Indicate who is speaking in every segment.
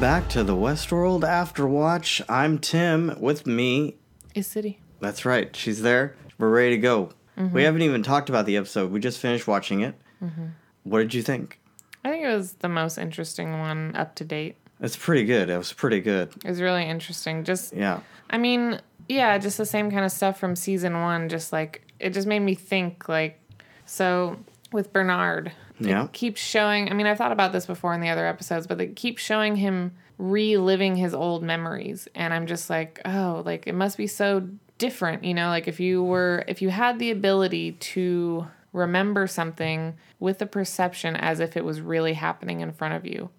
Speaker 1: back to the Westworld After Watch. I'm Tim. With me,
Speaker 2: Is City.
Speaker 1: that's right, she's there. We're ready to go. We haven't even talked about the episode. We just finished watching it. What did you think?
Speaker 2: I think it was the most interesting one up to date.
Speaker 1: It's pretty good. It was pretty good.
Speaker 2: It was really interesting. Just,
Speaker 1: Yeah.
Speaker 2: I mean, yeah, just the same kind of stuff from season one. Just like, it just made me think, like, so with Bernard,
Speaker 1: Yeah.
Speaker 2: keeps showing, I mean, I've thought about this before in the other episodes, but they keep showing him reliving his old memories. And I'm just like, oh, like, it must be so different, you know? Like, if you were, if you had the ability to remember something with the perception as if it was really happening in front of you.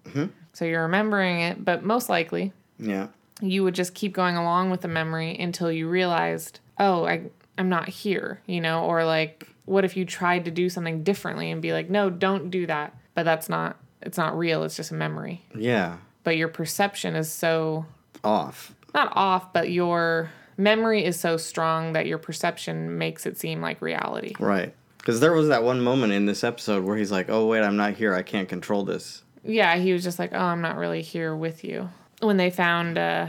Speaker 2: So you're remembering it, but most likely
Speaker 1: Yeah.
Speaker 2: you would just keep going along with the memory until you realized, oh, I, I'm not here, you know, or like, what if you tried to do something differently and be like, no, don't do that. But that's not, it's not real. It's just a memory.
Speaker 1: Yeah.
Speaker 2: But your perception is so,
Speaker 1: Off.
Speaker 2: not off, but your memory is so strong that your perception makes it seem like reality.
Speaker 1: Right. Because there was that one moment in this episode where he's like, oh, wait, I'm not here. I can't control this.
Speaker 2: Yeah, he was just like, oh, I'm not really here with you. When they found uh,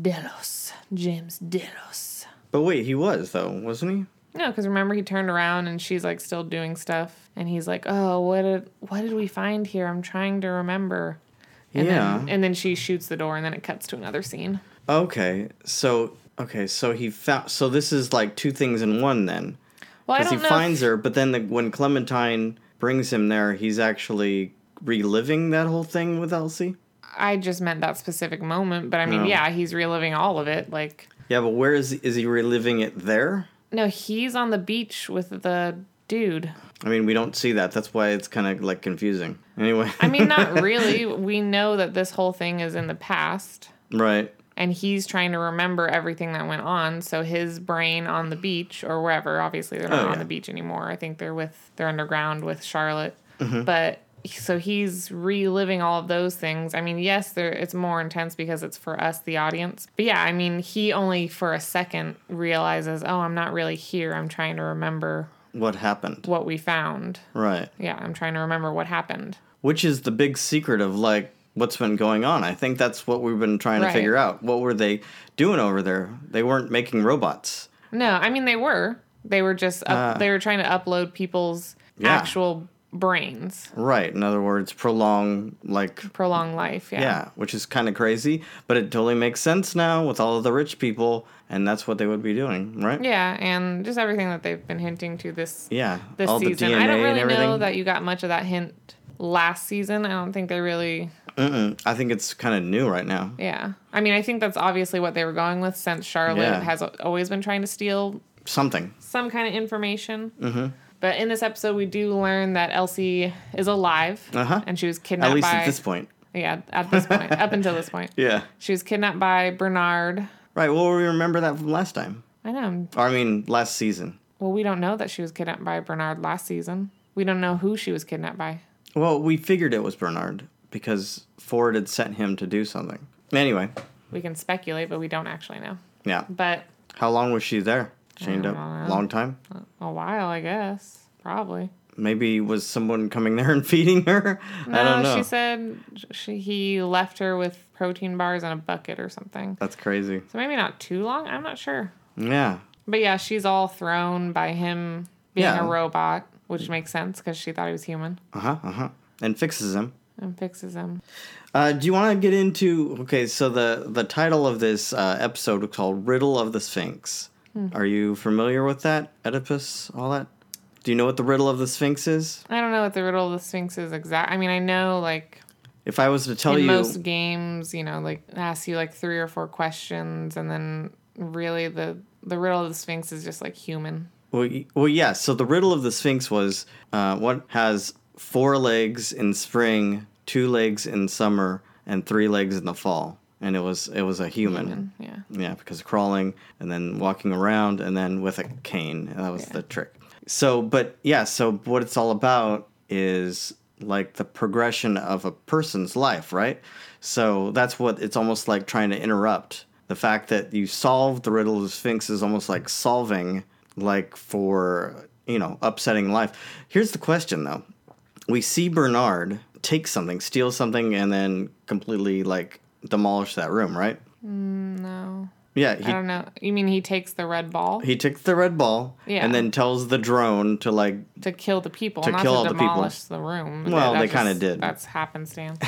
Speaker 2: Delos, James Delos.
Speaker 1: But wait, he was, though, wasn't he?
Speaker 2: No, because remember he turned around and she's like still doing stuff, and he's like, "Oh, what did what did we find here? I'm trying to remember." And
Speaker 1: yeah.
Speaker 2: Then, and then she shoots the door, and then it cuts to another scene.
Speaker 1: Okay, so okay, so he found. So this is like two things in one then,
Speaker 2: Well, I
Speaker 1: because
Speaker 2: don't
Speaker 1: he
Speaker 2: know. if-
Speaker 1: finds her, but then the, when Clementine brings him there, he's actually reliving that whole thing with Elsie.
Speaker 2: I just meant that specific moment, but I mean,
Speaker 1: No.
Speaker 2: yeah, he's reliving all of it. Like,
Speaker 1: Yeah, but where is is he reliving it there?
Speaker 2: no, he's on the beach with the dude.
Speaker 1: I mean, we don't see that. That's why it's kind of like confusing. Anyway,
Speaker 2: I mean, not really. we know that this whole thing is in the past.
Speaker 1: right?
Speaker 2: and he's trying to remember everything that went on. So his brain on the beach or wherever, obviously they're not
Speaker 1: Oh,
Speaker 2: on
Speaker 1: yeah.
Speaker 2: the beach anymore. I think they're with they're underground with Charlotte.
Speaker 1: Mm-hmm.
Speaker 2: But so he's reliving all of those things. I mean, yes, there it's more intense because it's for us the audience. But yeah, I mean, he only for a second realizes, "Oh, I'm not really here. I'm trying to remember
Speaker 1: What happened?
Speaker 2: what we found."
Speaker 1: Right.
Speaker 2: Yeah, I'm trying to remember what happened.
Speaker 1: Which is the big secret of like what's been going on. I think that's what we've been trying to
Speaker 2: Right.
Speaker 1: figure out. What were they doing over there? They weren't making robots.
Speaker 2: No, I mean they were. They were just up, they were trying to upload people's
Speaker 1: Ah. Yeah.
Speaker 2: actual brains,
Speaker 1: Right. In other words, prolong like
Speaker 2: prolong life. Yeah.
Speaker 1: Yeah, which is kind of crazy, but it totally makes sense now with all of the rich people, and that's what they would be doing, right?
Speaker 2: Yeah, and just everything that they've been hinting to this
Speaker 1: Yeah,
Speaker 2: this
Speaker 1: all
Speaker 2: season.
Speaker 1: the DNA
Speaker 2: I don't
Speaker 1: and
Speaker 2: really
Speaker 1: everything.
Speaker 2: know that you got much of that hint last season. I don't think they really.
Speaker 1: I think it's kind of new right now.
Speaker 2: Yeah. I mean, I think that's obviously what they were going with since Charlotte
Speaker 1: Yeah.
Speaker 2: has always been trying to steal
Speaker 1: Something.
Speaker 2: some kind of information. Mm-hmm. But in this episode, we do learn that Elsie is alive,
Speaker 1: Uh-huh.
Speaker 2: and she was kidnapped.
Speaker 1: At least
Speaker 2: by,
Speaker 1: at this point.
Speaker 2: Yeah, at this point, up until this point.
Speaker 1: Yeah.
Speaker 2: She was kidnapped by Bernard.
Speaker 1: Right. Well, we remember that from last time.
Speaker 2: I know.
Speaker 1: Or, I mean, last season.
Speaker 2: Well, we don't know that she was kidnapped by Bernard last season. We don't know who she was kidnapped by.
Speaker 1: Well, we figured it was Bernard because Ford had sent him to do something. Anyway,
Speaker 2: We can speculate, but we don't actually know.
Speaker 1: yeah.
Speaker 2: But
Speaker 1: How long was she there? Chained up.
Speaker 2: don't know.
Speaker 1: Long time.
Speaker 2: a while, I guess. Probably.
Speaker 1: Maybe was someone coming there and feeding her? I don't know.
Speaker 2: she said she, he left her with protein bars and a bucket or something.
Speaker 1: That's crazy.
Speaker 2: So maybe not too long. I'm not sure.
Speaker 1: Yeah.
Speaker 2: But yeah, she's all thrown by him being
Speaker 1: Yeah.
Speaker 2: a robot, which makes sense because she thought he was human
Speaker 1: Uh huh. Uh huh. And fixes him.
Speaker 2: and fixes him.
Speaker 1: Uh, do you want to get into okay? So the the title of this uh, episode was called "Riddle of the Sphinx."
Speaker 2: Hmm.
Speaker 1: Are you familiar with that Oedipus? All that? Do you know what the riddle of the Sphinx is?
Speaker 2: I don't know what the riddle of the Sphinx is exact. I mean, I know like
Speaker 1: If I was to tell
Speaker 2: in
Speaker 1: you,
Speaker 2: most games, you know, like ask you like three or four questions, and then really the the riddle of the Sphinx is just like human.
Speaker 1: well, y- well, yeah. So the riddle of the Sphinx was uh, what has four legs in spring, two legs in summer, and three legs in the fall, and it was it was a human.
Speaker 2: Yeah,
Speaker 1: Yeah, because crawling and then walking around and then with a cane. That was the trick. So, but yeah, so what it's all about is like the progression of a person's life, right? So that's what it's almost like trying to interrupt. The fact that you solve the riddle of the Sphinx is almost like solving, like for, you know, upsetting life. Here's the question though we see Bernard take something, steal something, and then completely like demolish that room, right?
Speaker 2: No.
Speaker 1: Yeah,
Speaker 2: I
Speaker 1: he
Speaker 2: don't know. You mean he takes the red ball
Speaker 1: he takes the red ball
Speaker 2: Yeah.
Speaker 1: and then tells the drone to like
Speaker 2: to kill the people,
Speaker 1: to
Speaker 2: not
Speaker 1: kill all
Speaker 2: to
Speaker 1: the people.
Speaker 2: demolish the, room?
Speaker 1: Well,
Speaker 2: That's
Speaker 1: they kinda
Speaker 2: just-
Speaker 1: did.
Speaker 2: That's happenstance.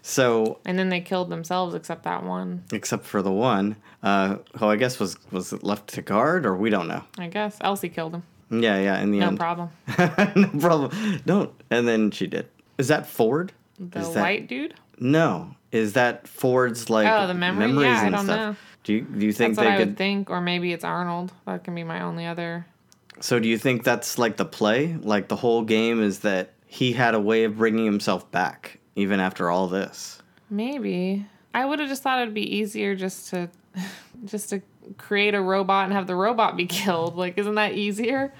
Speaker 1: so
Speaker 2: and then they killed themselves, except that one.
Speaker 1: except for the one uh, who I guess was was left to guard or we don't know.
Speaker 2: I guess Elsie killed him.
Speaker 1: Yeah, yeah, in the
Speaker 2: No
Speaker 1: end.
Speaker 2: problem.
Speaker 1: no problem. Don't. And then she did. Is that Ford?
Speaker 2: The
Speaker 1: Is that,
Speaker 2: white dude.
Speaker 1: No. Is that Ford's like
Speaker 2: Oh, the memory?
Speaker 1: memories
Speaker 2: Yeah, I
Speaker 1: and
Speaker 2: don't
Speaker 1: stuff?
Speaker 2: know.
Speaker 1: Do you do you think
Speaker 2: That's what I
Speaker 1: they
Speaker 2: would
Speaker 1: could?
Speaker 2: think, or maybe it's Arnold. That can be my only other.
Speaker 1: so do you think that's like the play? Like the whole game is that he had a way of bringing himself back even after all this.
Speaker 2: Maybe I would have just thought it'd be easier just to, just to create a robot and have the robot be killed. Like, isn't that easier?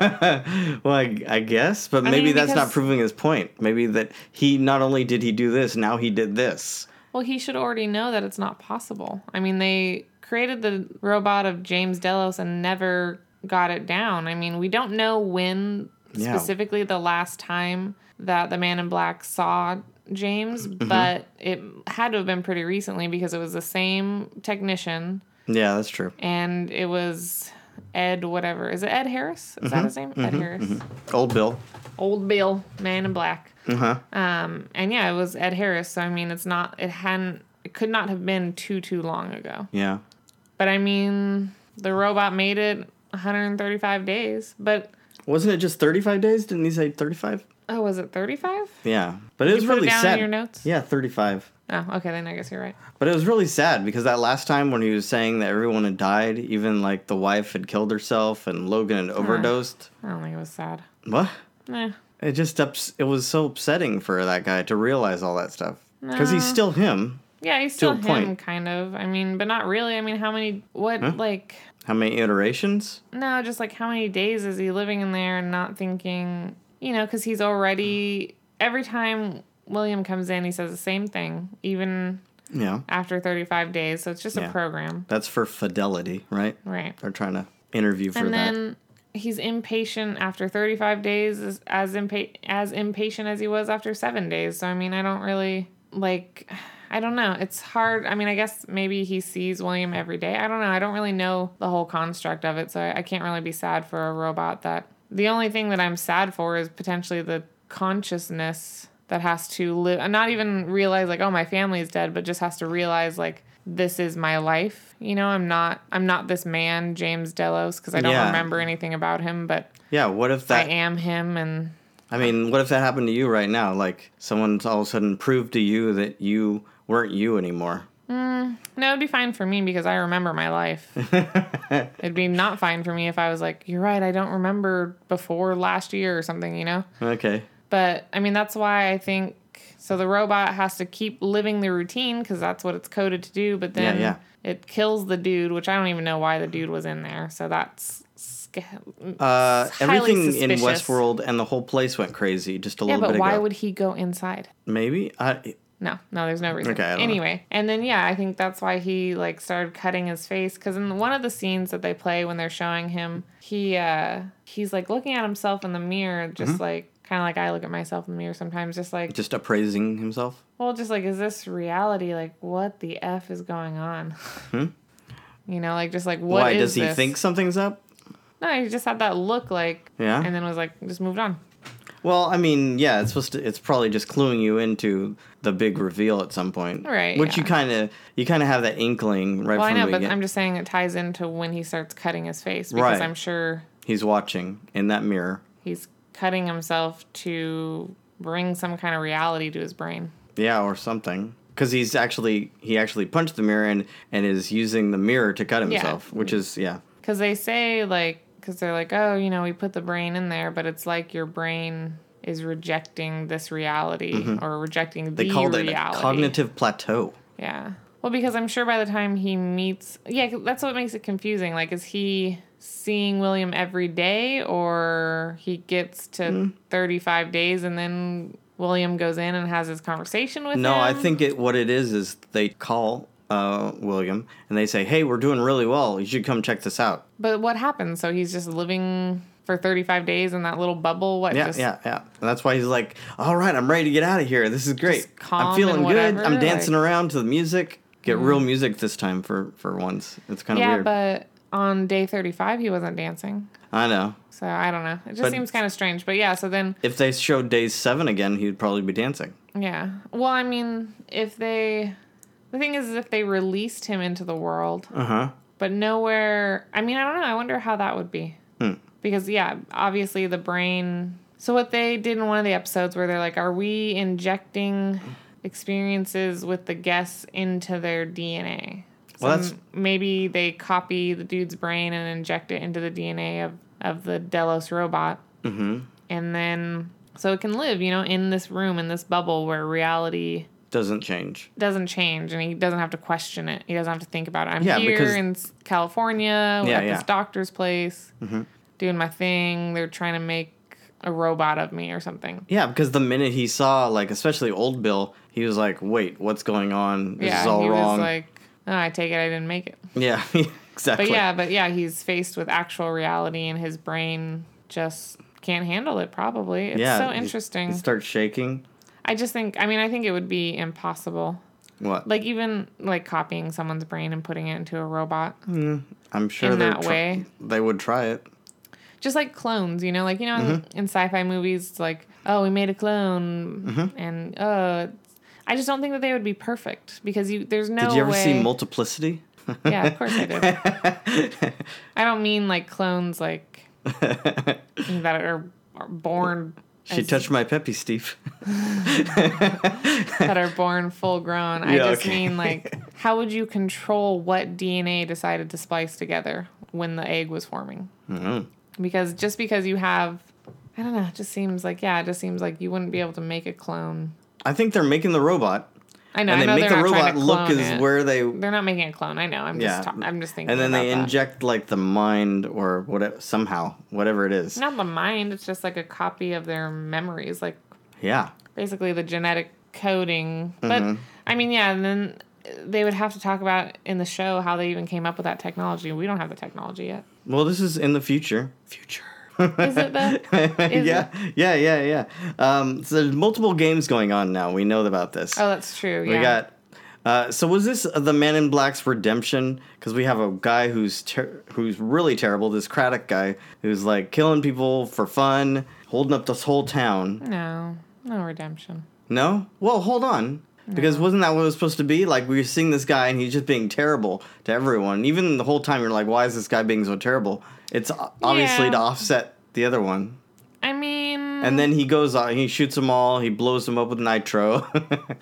Speaker 1: Well, I, I guess, but maybe
Speaker 2: mean,
Speaker 1: that's not
Speaker 2: because-
Speaker 1: proving his point. Maybe that he not only did he do this, now he did this.
Speaker 2: Well, he should already know that it's not possible. I mean, they created the robot of James Delos and never got it down. I mean, we don't know when
Speaker 1: Yeah.
Speaker 2: specifically the last time that the man in black saw James, but it had to have been pretty recently because it was the same technician
Speaker 1: Yeah, that's true.
Speaker 2: and it was Ed whatever. Is it Ed Harris? Is
Speaker 1: Mm-hmm.
Speaker 2: that his name? Ed Harris.
Speaker 1: Old Bill.
Speaker 2: Old Bill, man in black.
Speaker 1: Uh huh.
Speaker 2: Um, and yeah, it was Ed Harris. So I mean, it's not. It hadn't. It could not have been too too long ago.
Speaker 1: Yeah.
Speaker 2: But I mean, the robot made it 135 days. But
Speaker 1: Wasn't it just 35 days? Didn't he say 35?
Speaker 2: oh, was it 35?
Speaker 1: Yeah, but it was
Speaker 2: you put it
Speaker 1: really
Speaker 2: down in
Speaker 1: sad.
Speaker 2: your notes?
Speaker 1: Yeah, thirty-five.
Speaker 2: Oh, okay. Then I guess you're right.
Speaker 1: But it was really sad because that last time when he was saying that everyone had died, even like the wife had killed herself and Logan had overdosed.
Speaker 2: I don't think it was sad.
Speaker 1: What?
Speaker 2: Nah.
Speaker 1: It just ups- it was so upsetting for that guy to realize all that stuff because he's still him.
Speaker 2: Yeah, he's still
Speaker 1: a
Speaker 2: him,
Speaker 1: point.
Speaker 2: kind of. I mean, but not really. I mean, how many? What like?
Speaker 1: How many iterations?
Speaker 2: No, just like how many days is he living in there and not thinking, you know, because he's already, every time William comes in, he says the same thing, even
Speaker 1: Yeah,
Speaker 2: after 35 days. So it's just
Speaker 1: Yeah.
Speaker 2: a program.
Speaker 1: that's for fidelity, right?
Speaker 2: Right.
Speaker 1: They're trying to interview for
Speaker 2: And
Speaker 1: that.
Speaker 2: then he's impatient after 35 days, is as, impa- as impatient as he was after seven days. So, I mean, I don't really like, I don't know. It's hard. I mean, I guess maybe he sees William every day. I don't know. I don't really know the whole construct of it. So, I, I can't really be sad for a robot that. The only thing that I'm sad for is potentially the consciousness that has to live and not even realize like oh my family is dead but just has to realize like this is my life you know i'm not i'm not this man james delos because i don't
Speaker 1: Yeah.
Speaker 2: remember anything about him but
Speaker 1: Yeah, what if
Speaker 2: i
Speaker 1: that?
Speaker 2: am him and
Speaker 1: I mean, what if that happened to you right now? Like someone's all of a sudden proved to you that you weren't you anymore.
Speaker 2: no it'd be fine for me because i remember my life it'd be not fine for me if i was like you're right i don't remember before last year or something you know
Speaker 1: Okay.
Speaker 2: But I mean, that's why I think so. The robot has to keep living the routine because that's what it's coded to do. But then
Speaker 1: yeah.
Speaker 2: it kills the dude, which I don't even know why the dude was in there. So that's sca-
Speaker 1: Uh,
Speaker 2: highly
Speaker 1: everything in
Speaker 2: suspicious.
Speaker 1: Westworld and the whole place went crazy just a
Speaker 2: yeah.
Speaker 1: little
Speaker 2: But
Speaker 1: bit
Speaker 2: why
Speaker 1: ago.
Speaker 2: would he go inside?
Speaker 1: Maybe I,
Speaker 2: No, no, there's no reason.
Speaker 1: Okay, I don't know.
Speaker 2: anyway, and then yeah, I think that's why he like started cutting his face because in one of the scenes that they play when they're showing him, he uh he's like looking at himself in the mirror, just
Speaker 1: Mm-hmm.
Speaker 2: like kind of like I look at myself in the mirror sometimes, just like
Speaker 1: just appraising himself.
Speaker 2: Well, just like, is this reality? Like, what the f is going on? You know, like just like what
Speaker 1: Hmm? why
Speaker 2: is
Speaker 1: does he
Speaker 2: this?
Speaker 1: think something's up?
Speaker 2: No, he just had that look, like,
Speaker 1: Yeah.
Speaker 2: and then was like, just moved on.
Speaker 1: Well, I mean, yeah, it's supposed to. It's probably just cluing you into the big reveal at some point,
Speaker 2: Right,
Speaker 1: Which you
Speaker 2: yeah.
Speaker 1: kind of you kind of have that inkling right
Speaker 2: Well, I
Speaker 1: from
Speaker 2: know,
Speaker 1: the
Speaker 2: but
Speaker 1: beginning.
Speaker 2: I'm just saying it ties into when he starts cutting his face because
Speaker 1: Right.
Speaker 2: I'm sure
Speaker 1: He's watching in that mirror.
Speaker 2: he's cutting himself to bring some kind of reality to his brain.
Speaker 1: Yeah, or something. Because he's actually he actually punched the mirror and and is using the mirror to cut himself, which is yeah,
Speaker 2: Because they say like, because they're like, oh, you know, we put the brain in there, but it's like your brain is rejecting this reality or rejecting
Speaker 1: Mm-hmm. they
Speaker 2: the
Speaker 1: called it a
Speaker 2: reality.
Speaker 1: cognitive plateau.
Speaker 2: Yeah. Well, because I'm sure by the time he meets, yeah, 'cause that's what makes it confusing. Like, is he seeing William every day, or he gets to
Speaker 1: Mm.
Speaker 2: 35 days and then William goes in and has his conversation with
Speaker 1: No,
Speaker 2: him?
Speaker 1: I think it what it is is they call uh, William and they say, "Hey, we're doing really well. You should come check this out."
Speaker 2: But what happens? So he's just living for 35 days in that little bubble. What?
Speaker 1: Yeah,
Speaker 2: just
Speaker 1: yeah, yeah. And that's why he's like, all right, I'm ready to get out of here. This is great.
Speaker 2: Just calm
Speaker 1: I'm feeling
Speaker 2: and whatever,
Speaker 1: good. I'm dancing
Speaker 2: like- Mm.
Speaker 1: around to the music. Get real music this time for for once. It's kind of
Speaker 2: Yeah,
Speaker 1: weird.
Speaker 2: but on day 35, he wasn't dancing.
Speaker 1: I know.
Speaker 2: So I don't know. It just
Speaker 1: But-
Speaker 2: seems kind of strange. But yeah, so then,
Speaker 1: If they showed day seven again, he'd probably be dancing.
Speaker 2: yeah. Well, I mean, if they. The thing is, is if they released him into the world,
Speaker 1: Uh huh.
Speaker 2: but nowhere. I mean, I don't know. I wonder how that would be.
Speaker 1: Hmm.
Speaker 2: Because, yeah, obviously the brain. So, what they did in one of the episodes where they're like, are we injecting experiences with the guests into their DNA? So
Speaker 1: Well, that's-
Speaker 2: m- maybe they copy the dude's brain and inject it into the DNA of, of the Delos robot. Mm-hmm. And then, so it can live, you know, in this room, in this bubble where reality
Speaker 1: Doesn't change.
Speaker 2: doesn't change and he doesn't have to question it. He doesn't have to think about it. I'm
Speaker 1: Yeah,
Speaker 2: here
Speaker 1: because-
Speaker 2: in S-
Speaker 1: Yeah,
Speaker 2: California at
Speaker 1: yeah. Mm-hmm.
Speaker 2: this doctor's place doing my thing. They're trying to make a robot of me or something.
Speaker 1: Yeah, because the minute he saw, like, especially old Bill, he was like, wait, what's going on? This
Speaker 2: yeah,
Speaker 1: is all
Speaker 2: he
Speaker 1: wrong.
Speaker 2: was like, oh, I take it I didn't make it.
Speaker 1: yeah, exactly.
Speaker 2: But yeah, but yeah, he's faced with actual reality and his brain just can't handle it probably. It's
Speaker 1: Yeah,
Speaker 2: so
Speaker 1: he-
Speaker 2: interesting.
Speaker 1: He starts shaking.
Speaker 2: I just think I mean I think it would be impossible.
Speaker 1: What?
Speaker 2: Like even like copying someone's brain and putting it into a robot.
Speaker 1: I'm sure
Speaker 2: in
Speaker 1: they're
Speaker 2: that way.
Speaker 1: they would try it.
Speaker 2: just like clones, you know, like you know, in-
Speaker 1: Mm-hmm.
Speaker 2: in sci-fi movies, it's like, oh, we made a clone,
Speaker 1: Mm-hmm.
Speaker 2: and uh, it's- I just don't think that they would be perfect because you, there's no.
Speaker 1: Did you ever
Speaker 2: way,
Speaker 1: see Multiplicity?
Speaker 2: Yeah, of course I did. I don't mean like clones like that are, are born.
Speaker 1: She
Speaker 2: as-
Speaker 1: touched my peppy, Steve.
Speaker 2: that are born full grown. I
Speaker 1: Yeah,
Speaker 2: just
Speaker 1: okay.
Speaker 2: mean like, how would you control what DNA decided to splice together when the egg was forming?
Speaker 1: Mm-hmm.
Speaker 2: Because just because you have, I don't know, it just seems like yeah, it just seems like you wouldn't be able to make a clone.
Speaker 1: I think they're making the robot,
Speaker 2: I know.
Speaker 1: and
Speaker 2: I
Speaker 1: they
Speaker 2: know
Speaker 1: make
Speaker 2: they're
Speaker 1: the
Speaker 2: not trying
Speaker 1: robot
Speaker 2: to
Speaker 1: look
Speaker 2: clone
Speaker 1: as
Speaker 2: it.
Speaker 1: where they.
Speaker 2: They're not making a clone. I know. I'm
Speaker 1: Yeah,
Speaker 2: just. Ta- I'm just thinking.
Speaker 1: and then
Speaker 2: about
Speaker 1: they
Speaker 2: that.
Speaker 1: inject like the mind or whatever somehow whatever it is.
Speaker 2: Not the mind. It's just like a copy of their memories, like
Speaker 1: Yeah,
Speaker 2: basically the genetic coding. But
Speaker 1: Mm-hmm.
Speaker 2: I mean, yeah, and then they would have to talk about in the show how they even came up with that technology. We don't have the technology yet.
Speaker 1: well, this is in the future. Future.
Speaker 2: Is it though? Is
Speaker 1: yeah,
Speaker 2: it?
Speaker 1: yeah, yeah, yeah. Um, so there's multiple games going on now. We know about this.
Speaker 2: Oh, that's true. Yeah.
Speaker 1: We got. Uh, so was this the Man in Black's redemption? Because we have a guy who's ter- who's really terrible. This Craddock guy who's like killing people for fun, holding up this whole town.
Speaker 2: no, no redemption.
Speaker 1: No, well, hold on, because wasn't that what it was supposed to be? Like we were seeing this guy and he's just being terrible to everyone. Even the whole time you're like, why is this guy being so terrible? It's o- obviously
Speaker 2: Yeah.
Speaker 1: to offset the other one.
Speaker 2: I mean,
Speaker 1: And then he goes out, he shoots them all, he blows them up with nitro,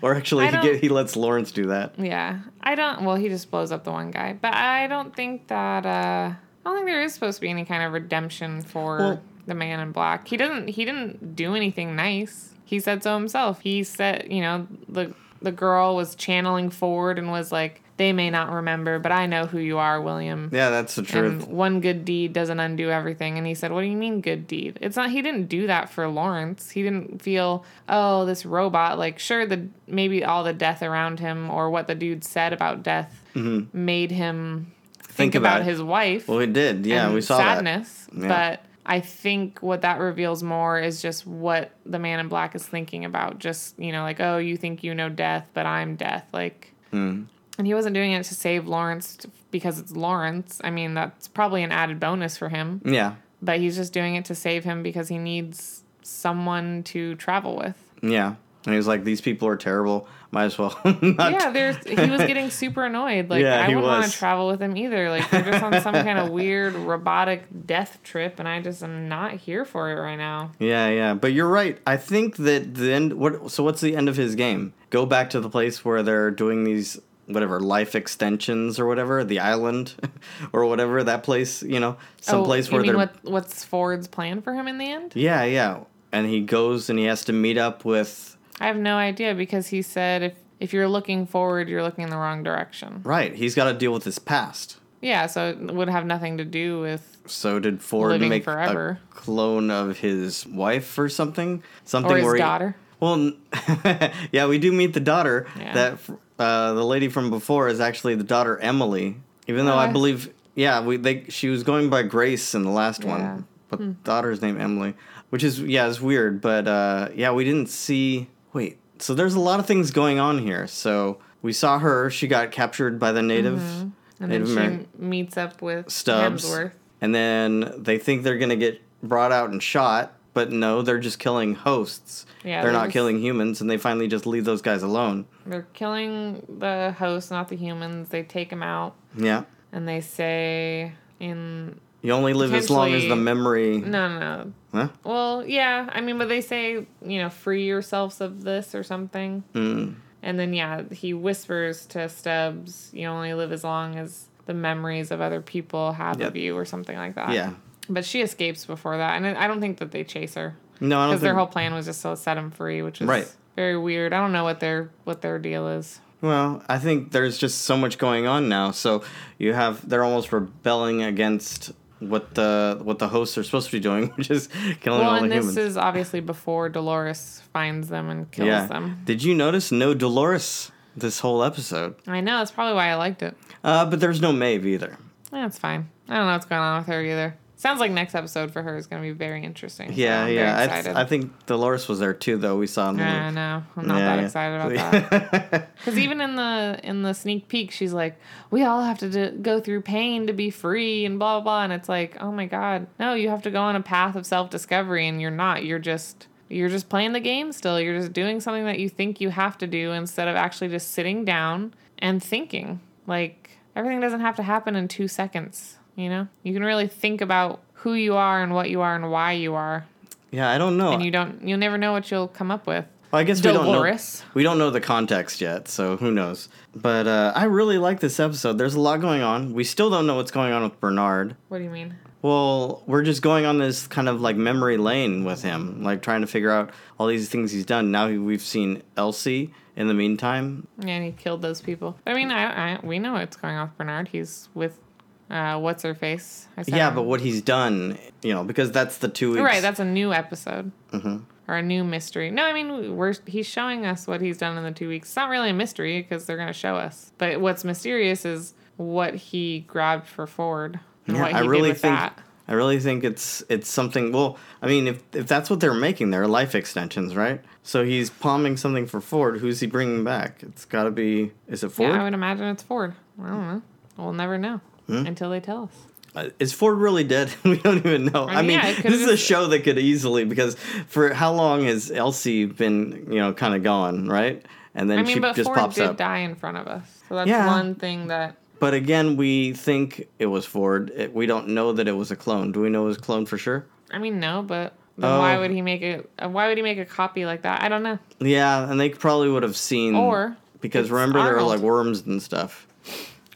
Speaker 1: or actually
Speaker 2: I
Speaker 1: he
Speaker 2: don't-
Speaker 1: get, he lets Lawrence do that.
Speaker 2: yeah, I don't. Well, he just blows up the one guy, but I don't think that. uh I don't think there is supposed to be any kind of redemption for
Speaker 1: Well-
Speaker 2: the man in black. He doesn't. He didn't do anything nice. He said so himself. He said, you know, the the girl was channeling forward and was like, "They may not remember, but I know who you are, William."
Speaker 1: Yeah, that's the truth.
Speaker 2: And one good deed doesn't undo everything. And he said, What do you mean good deed? It's not he didn't do that for Lawrence. He didn't feel, oh, this robot, like sure the maybe all the death around him or what the dude said about death made him think,
Speaker 1: Think about
Speaker 2: about,
Speaker 1: it.
Speaker 2: his wife.
Speaker 1: Well, we did. Yeah,
Speaker 2: and
Speaker 1: we saw
Speaker 2: sadness.
Speaker 1: Yeah.
Speaker 2: But I think what that reveals more is just what the man in black is thinking about. Just, you know, like, oh, you think you know death, but I'm death. Like,
Speaker 1: Hmm.
Speaker 2: and he wasn't doing it to save Lawrence t- because it's Lawrence. I mean, that's probably an added bonus for him,
Speaker 1: that. Yeah,
Speaker 2: but he's just doing it to save him because he needs someone to travel with.
Speaker 1: yeah. And he was like, "These people are terrible. Might as well not."
Speaker 2: Yeah, there's he was getting super annoyed. Like
Speaker 1: Yeah,
Speaker 2: I
Speaker 1: he
Speaker 2: wouldn't want
Speaker 1: was.
Speaker 2: to travel with him either. Like they're just on some kind of weird robotic death trip and I just am not here for it right now.
Speaker 1: Yeah, yeah. But you're right. I think that the end. What? So what's the end of his game? Go back to the place where they're doing these whatever life extensions or whatever the island or whatever that place. You know, some
Speaker 2: Oh,
Speaker 1: place
Speaker 2: you
Speaker 1: where
Speaker 2: mean
Speaker 1: they're.
Speaker 2: what what's Ford's plan for him in the end?
Speaker 1: Yeah, yeah. And he goes and he has to meet up with.
Speaker 2: I have no idea because he said if if you're looking forward, you're looking in the wrong direction.
Speaker 1: Right. He's got to deal with his past.
Speaker 2: Yeah, so it would have nothing to do with
Speaker 1: So did Ford
Speaker 2: Living
Speaker 1: make
Speaker 2: forever.
Speaker 1: a clone of his wife or something? Something
Speaker 2: or his
Speaker 1: where he-
Speaker 2: daughter.
Speaker 1: Well, n- yeah, we do meet the daughter.
Speaker 2: Yeah.
Speaker 1: That uh, the lady from before is actually the daughter Emily, even though I
Speaker 2: Oh.
Speaker 1: believe yeah we they she was going by Grace in the last
Speaker 2: Yeah. Hmm.
Speaker 1: one, but daughter's name Emily, which is yeah, it's weird, but uh, yeah, we didn't see. Wait, so there's a lot of things going on here. So we saw her; she got captured by the native,
Speaker 2: Mm-hmm. And then
Speaker 1: Native
Speaker 2: she
Speaker 1: Ameri-
Speaker 2: meets up with
Speaker 1: Stubbs,
Speaker 2: Hemsworth.
Speaker 1: and then they think they're gonna get brought out and shot, but no, they're just killing hosts.
Speaker 2: Yeah,
Speaker 1: they're
Speaker 2: they
Speaker 1: not
Speaker 2: just-
Speaker 1: killing humans, and they finally just leave those guys alone.
Speaker 2: They're killing the hosts, not the humans. They take them out,
Speaker 1: Yeah,
Speaker 2: and they say in
Speaker 1: you only live as long as the
Speaker 2: Potentially-
Speaker 1: memory.
Speaker 2: no, no, no.
Speaker 1: Huh?
Speaker 2: Well, yeah, I mean, but they say you know, free yourselves of this or something.
Speaker 1: Mm.
Speaker 2: And then yeah, he whispers to Stubbs, "You only live as long as the memories of other people have
Speaker 1: Yep.
Speaker 2: of you," or something like that.
Speaker 1: Yeah.
Speaker 2: But she escapes before that, and I I don't think that they chase her
Speaker 1: No, I don't think.
Speaker 2: because their whole plan was just to set him free, which is
Speaker 1: Right.
Speaker 2: very weird. I don't know what their what their deal is.
Speaker 1: Well, I think there's just so much going on now. So you have they're almost rebelling against what the what the hosts are supposed to be doing, which is killing
Speaker 2: Well,
Speaker 1: all
Speaker 2: and
Speaker 1: the
Speaker 2: this
Speaker 1: humans.
Speaker 2: is obviously before Dolores finds them and kills
Speaker 1: yeah.
Speaker 2: them.
Speaker 1: Did you notice no Dolores this whole episode?
Speaker 2: I know that's probably why I liked it.
Speaker 1: Uh, but there's no Maeve either.
Speaker 2: That's fine. I don't know what's going on with her either. Sounds like next episode for her is going to be very interesting. so
Speaker 1: Yeah,
Speaker 2: I'm very
Speaker 1: yeah. I,
Speaker 2: excited.
Speaker 1: I think Dolores was there too, though. We saw in the
Speaker 2: Yeah, I
Speaker 1: loop.
Speaker 2: know. I'm not
Speaker 1: Yeah,
Speaker 2: that
Speaker 1: yeah.
Speaker 2: excited about that. Because even in the in the sneak peek, she's like, "We all have to d- go through pain to be free," and blah blah blah. And it's like, "Oh my god, no! You have to go on a path of self discovery, and you're not. You're just you're just playing the game still. You're just doing something that you think you have to do instead of actually just sitting down and thinking. Like everything doesn't have to happen in two seconds. You know, you can really think about who you are and what you are and why you are,
Speaker 1: yeah, I don't know.
Speaker 2: and you don't you'll never know what you'll come up with.
Speaker 1: Well, I guess we don't know.
Speaker 2: Dolores.
Speaker 1: We don't know the context yet, so who knows? But uh, I really like this episode. There's a lot going on. We still don't know what's going on with Bernard.
Speaker 2: What do you mean?
Speaker 1: Well, we're just going on this kind of like memory lane with him, like trying to figure out all these things he's done. Now he- we've seen Elsie in the meantime.
Speaker 2: And he killed those people. I mean, I, I we know what's going on with Bernard. He's with uh, what's her face. I said
Speaker 1: Yeah,
Speaker 2: her-
Speaker 1: but what he's done, you know, because that's the two weeks.
Speaker 2: You're right. That's a new episode
Speaker 1: Mm-hmm.
Speaker 2: or a new mystery. No, I mean we're he's showing us what he's done in the two weeks. It's not really a mystery because they're gonna show us. But what's mysterious is what he grabbed for Ford and
Speaker 1: yeah,
Speaker 2: what he
Speaker 1: I really
Speaker 2: did with
Speaker 1: think
Speaker 2: that.
Speaker 1: I really think it's it's something. Well, I mean, if if that's what they're making, they're life extensions, right? So he's palming something for Ford. Who's he bringing back? It's got to be. Is it Ford?
Speaker 2: Yeah, I would imagine it's Ford. I don't know. We'll never know
Speaker 1: Hmm?
Speaker 2: until they tell us.
Speaker 1: Uh, Is Ford really dead? we don't even know. I
Speaker 2: mean,
Speaker 1: mean,
Speaker 2: yeah, it could've
Speaker 1: this is a
Speaker 2: just-
Speaker 1: show that could easily because for how long has Elsie been, you know, kind of gone, right? And then
Speaker 2: I mean,
Speaker 1: she
Speaker 2: but
Speaker 1: just
Speaker 2: Ford
Speaker 1: pops
Speaker 2: did
Speaker 1: up.
Speaker 2: die in front of us, so that's
Speaker 1: Yeah.
Speaker 2: one thing that
Speaker 1: But again, we think it was Ford. It, we don't know that it was a clone. Do we know it was a clone for sure?
Speaker 2: I mean, no, but then
Speaker 1: Oh.
Speaker 2: why would he make it? uh, Why would he make a copy like that? I don't know.
Speaker 1: Yeah, and they probably would have seen.
Speaker 2: Or
Speaker 1: because
Speaker 2: it's
Speaker 1: remember there were
Speaker 2: Arnold.
Speaker 1: like worms and stuff.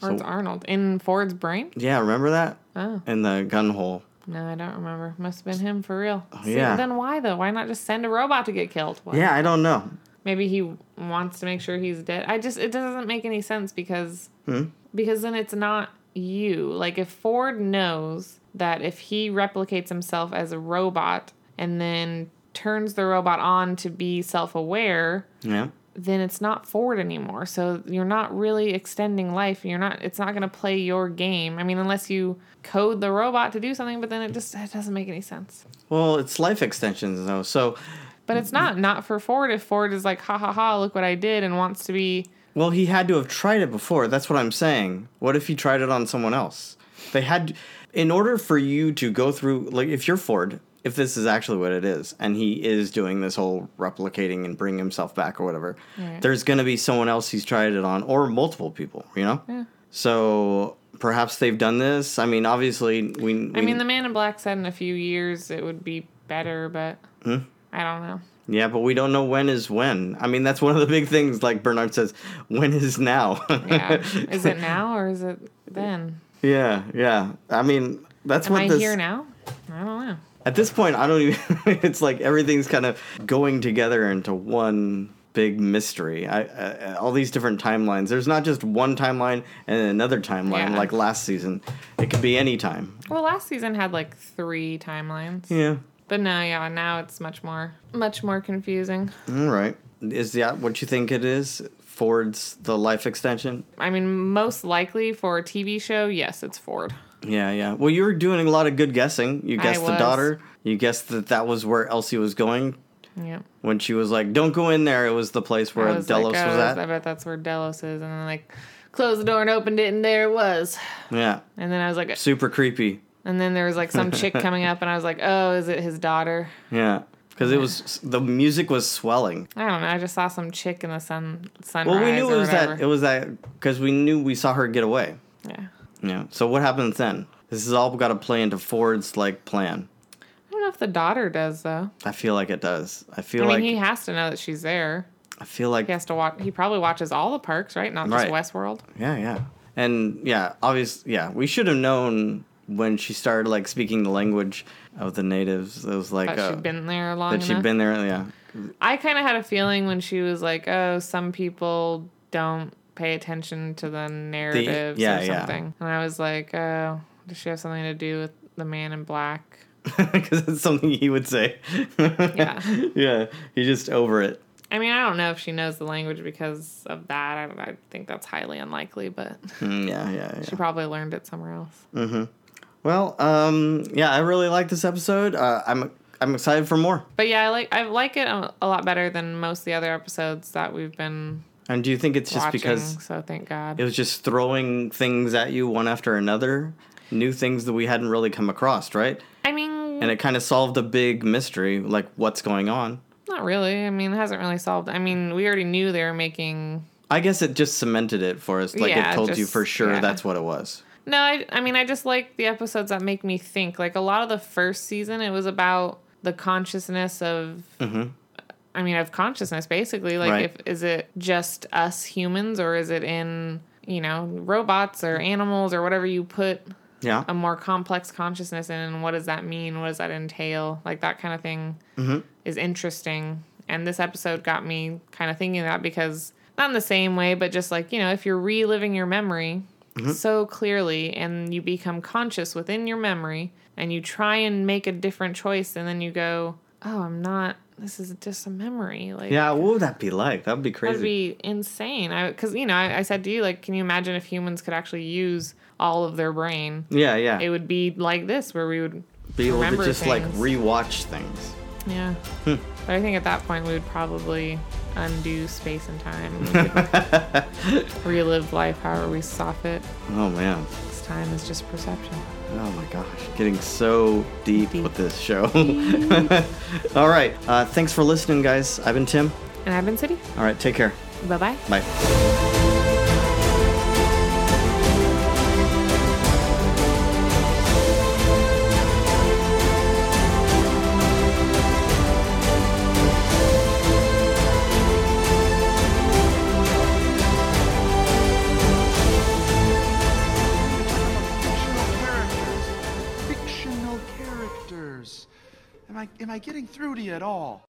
Speaker 2: Or it's
Speaker 1: So-
Speaker 2: Arnold in Ford's brain.
Speaker 1: Yeah, remember that
Speaker 2: Oh
Speaker 1: in the gun hole.
Speaker 2: no, I don't remember. Must have been him for real. See,
Speaker 1: Oh, yeah.
Speaker 2: Then why though? Why not just send a robot to get killed? Why?
Speaker 1: Yeah, I don't know.
Speaker 2: Maybe he wants to make sure he's dead. I just it doesn't make any sense because
Speaker 1: Hmm?
Speaker 2: because then it's not you. Like if Ford knows that if he replicates himself as a robot and then turns the robot on to be self-aware,
Speaker 1: Yeah.
Speaker 2: then it's not forward anymore. So you're not really extending life. You're not. It's not going to play your game. I mean, unless you code the robot to do something, but then it just it doesn't make any sense.
Speaker 1: Well, it's life extensions though, so
Speaker 2: But it's not not for Ford. If Ford is like, ha ha ha, look what I did, and wants to be,
Speaker 1: Well, he had to have tried it before. That's what I'm saying. What if he tried it on someone else? They had, in order for you to go through, like, if you're Ford, if this is actually what it is, and he is doing this whole replicating and bringing himself back or whatever,
Speaker 2: Right.
Speaker 1: there's going to be someone else he's tried it on or multiple people, you know?
Speaker 2: Yeah.
Speaker 1: So perhaps they've done this. I mean, obviously, we.
Speaker 2: I mean, the Man in Black said in a few years it would be better, but I don't know.
Speaker 1: Yeah, but we don't know when is when. I mean, that's one of the big things, like Bernard says, when is now?
Speaker 2: Yeah, is it now or is it then?
Speaker 1: Yeah, yeah. I mean, that's
Speaker 2: Am
Speaker 1: what
Speaker 2: I
Speaker 1: this.
Speaker 2: here now? I don't know.
Speaker 1: At this point, I don't even. it's like everything's kind of going together into one big mystery. I, I all these different timelines. There's not just one timeline and another timeline
Speaker 2: Yeah.
Speaker 1: like last season. It could be any time.
Speaker 2: Well, last season had like three timelines.
Speaker 1: Yeah.
Speaker 2: But no, yeah, now it's much more much more confusing.
Speaker 1: All right. Is that what you think it is? Ford's the life extension.
Speaker 2: I mean, most likely for a TV show, yes, it's Ford.
Speaker 1: Yeah, yeah. Well, you were doing a lot of good guessing. You
Speaker 2: I
Speaker 1: guessed the
Speaker 2: was.
Speaker 1: daughter. You guessed that that was where Elsie was going
Speaker 2: Yeah.
Speaker 1: when she was like, "Don't go in there." It was the place where
Speaker 2: I
Speaker 1: Delos was,
Speaker 2: was like, oh,
Speaker 1: at.
Speaker 2: I bet that's where Delos is. And then like closed the door and opened it and there it was.
Speaker 1: Yeah,
Speaker 2: And then I was like
Speaker 1: super creepy.
Speaker 2: and then there was like some chick coming up and I was like, Oh, is it his daughter?
Speaker 1: Yeah, because it was the music was swelling.
Speaker 2: I don't know. I just saw some chick in the sun sunrise.
Speaker 1: Well, we knew
Speaker 2: or
Speaker 1: it was
Speaker 2: whatever.
Speaker 1: that. It was that because we knew we saw her get away.
Speaker 2: yeah.
Speaker 1: Yeah. So what happens then? This is all got to play into Ford's like plan.
Speaker 2: I don't know if the daughter does though.
Speaker 1: I feel like it does. I
Speaker 2: I
Speaker 1: feel
Speaker 2: mean,
Speaker 1: like
Speaker 2: he has to know that she's there.
Speaker 1: I feel like
Speaker 2: He has to watch. He probably watches all the parks, right? Not just
Speaker 1: Right.
Speaker 2: Westworld.
Speaker 1: yeah, yeah, and yeah. Obvious, yeah. We should have known when she started like speaking the language of the natives. It was like
Speaker 2: But
Speaker 1: uh,
Speaker 2: she'd been there long
Speaker 1: that she'd
Speaker 2: enough.
Speaker 1: been there. Yeah,
Speaker 2: I kind of had a feeling when she was like, "Oh, some people don't pay attention to the narratives
Speaker 1: yeah,
Speaker 2: or
Speaker 1: yeah.
Speaker 2: something," and I was like, "Oh, does she have something to do with the Man in Black?"
Speaker 1: because it's something he would say.
Speaker 2: Yeah.
Speaker 1: yeah. He's just over it.
Speaker 2: I mean, I don't know if she knows the language because of that. I, I think that's highly unlikely, but
Speaker 1: Mm, yeah, yeah, yeah.
Speaker 2: she probably learned it somewhere else.
Speaker 1: Well, um, yeah, I really like this episode. Uh, I'm I'm excited for more.
Speaker 2: But yeah, I like I like it a a lot better than most of the other episodes that we've been
Speaker 1: And do you think it's just
Speaker 2: watching.
Speaker 1: because
Speaker 2: so thank God.
Speaker 1: it was just throwing things at you one after another, new things that we hadn't really come across, right?
Speaker 2: I mean,
Speaker 1: And it kind of solved a big mystery, like what's going on.
Speaker 2: not really. I mean, it hasn't really solved. I mean, we already knew they were making
Speaker 1: I guess it just cemented it for us. Like
Speaker 2: Yeah,
Speaker 1: it told you
Speaker 2: just-
Speaker 1: for sure
Speaker 2: yeah.
Speaker 1: that's what it was.
Speaker 2: No, I, I mean, I just like the episodes that make me think. Like a lot of the first season, it was about the consciousness of. I mean, of consciousness, basically. Like,
Speaker 1: Right.
Speaker 2: if is it just us humans, or is it in you know robots or animals or whatever you put
Speaker 1: Yeah.
Speaker 2: a more complex consciousness in, and what does that mean? What does that entail? Like that kind of thing is interesting. And this episode got me kind of thinking that because not in the same way, but just like you know, if you're reliving your memory so clearly and you become conscious within your memory and you try and make a different choice, and then you go, "Oh, I'm not. This is just a memory." Like
Speaker 1: yeah. What would that be like? That would be crazy.
Speaker 2: That'd be insane. I because you know I, I said to you like, can you imagine if humans could actually use all of their brain?
Speaker 1: yeah. Yeah.
Speaker 2: it would be like this where we would
Speaker 1: be able to
Speaker 2: remember
Speaker 1: just like
Speaker 2: things.
Speaker 1: rewatch things.
Speaker 2: yeah but i think at that point we would probably undo space and time and we could relive life however we saw fit
Speaker 1: Oh man.
Speaker 2: because time is just perception
Speaker 1: Oh my gosh, getting so deep, with this show. All right, uh, thanks for listening, guys. I've been Tim.
Speaker 2: and i've been city
Speaker 1: All right, take care.
Speaker 2: bye-bye
Speaker 1: Bye.
Speaker 3: Fictional characters. Fictional characters. Am I am I getting through to you at all?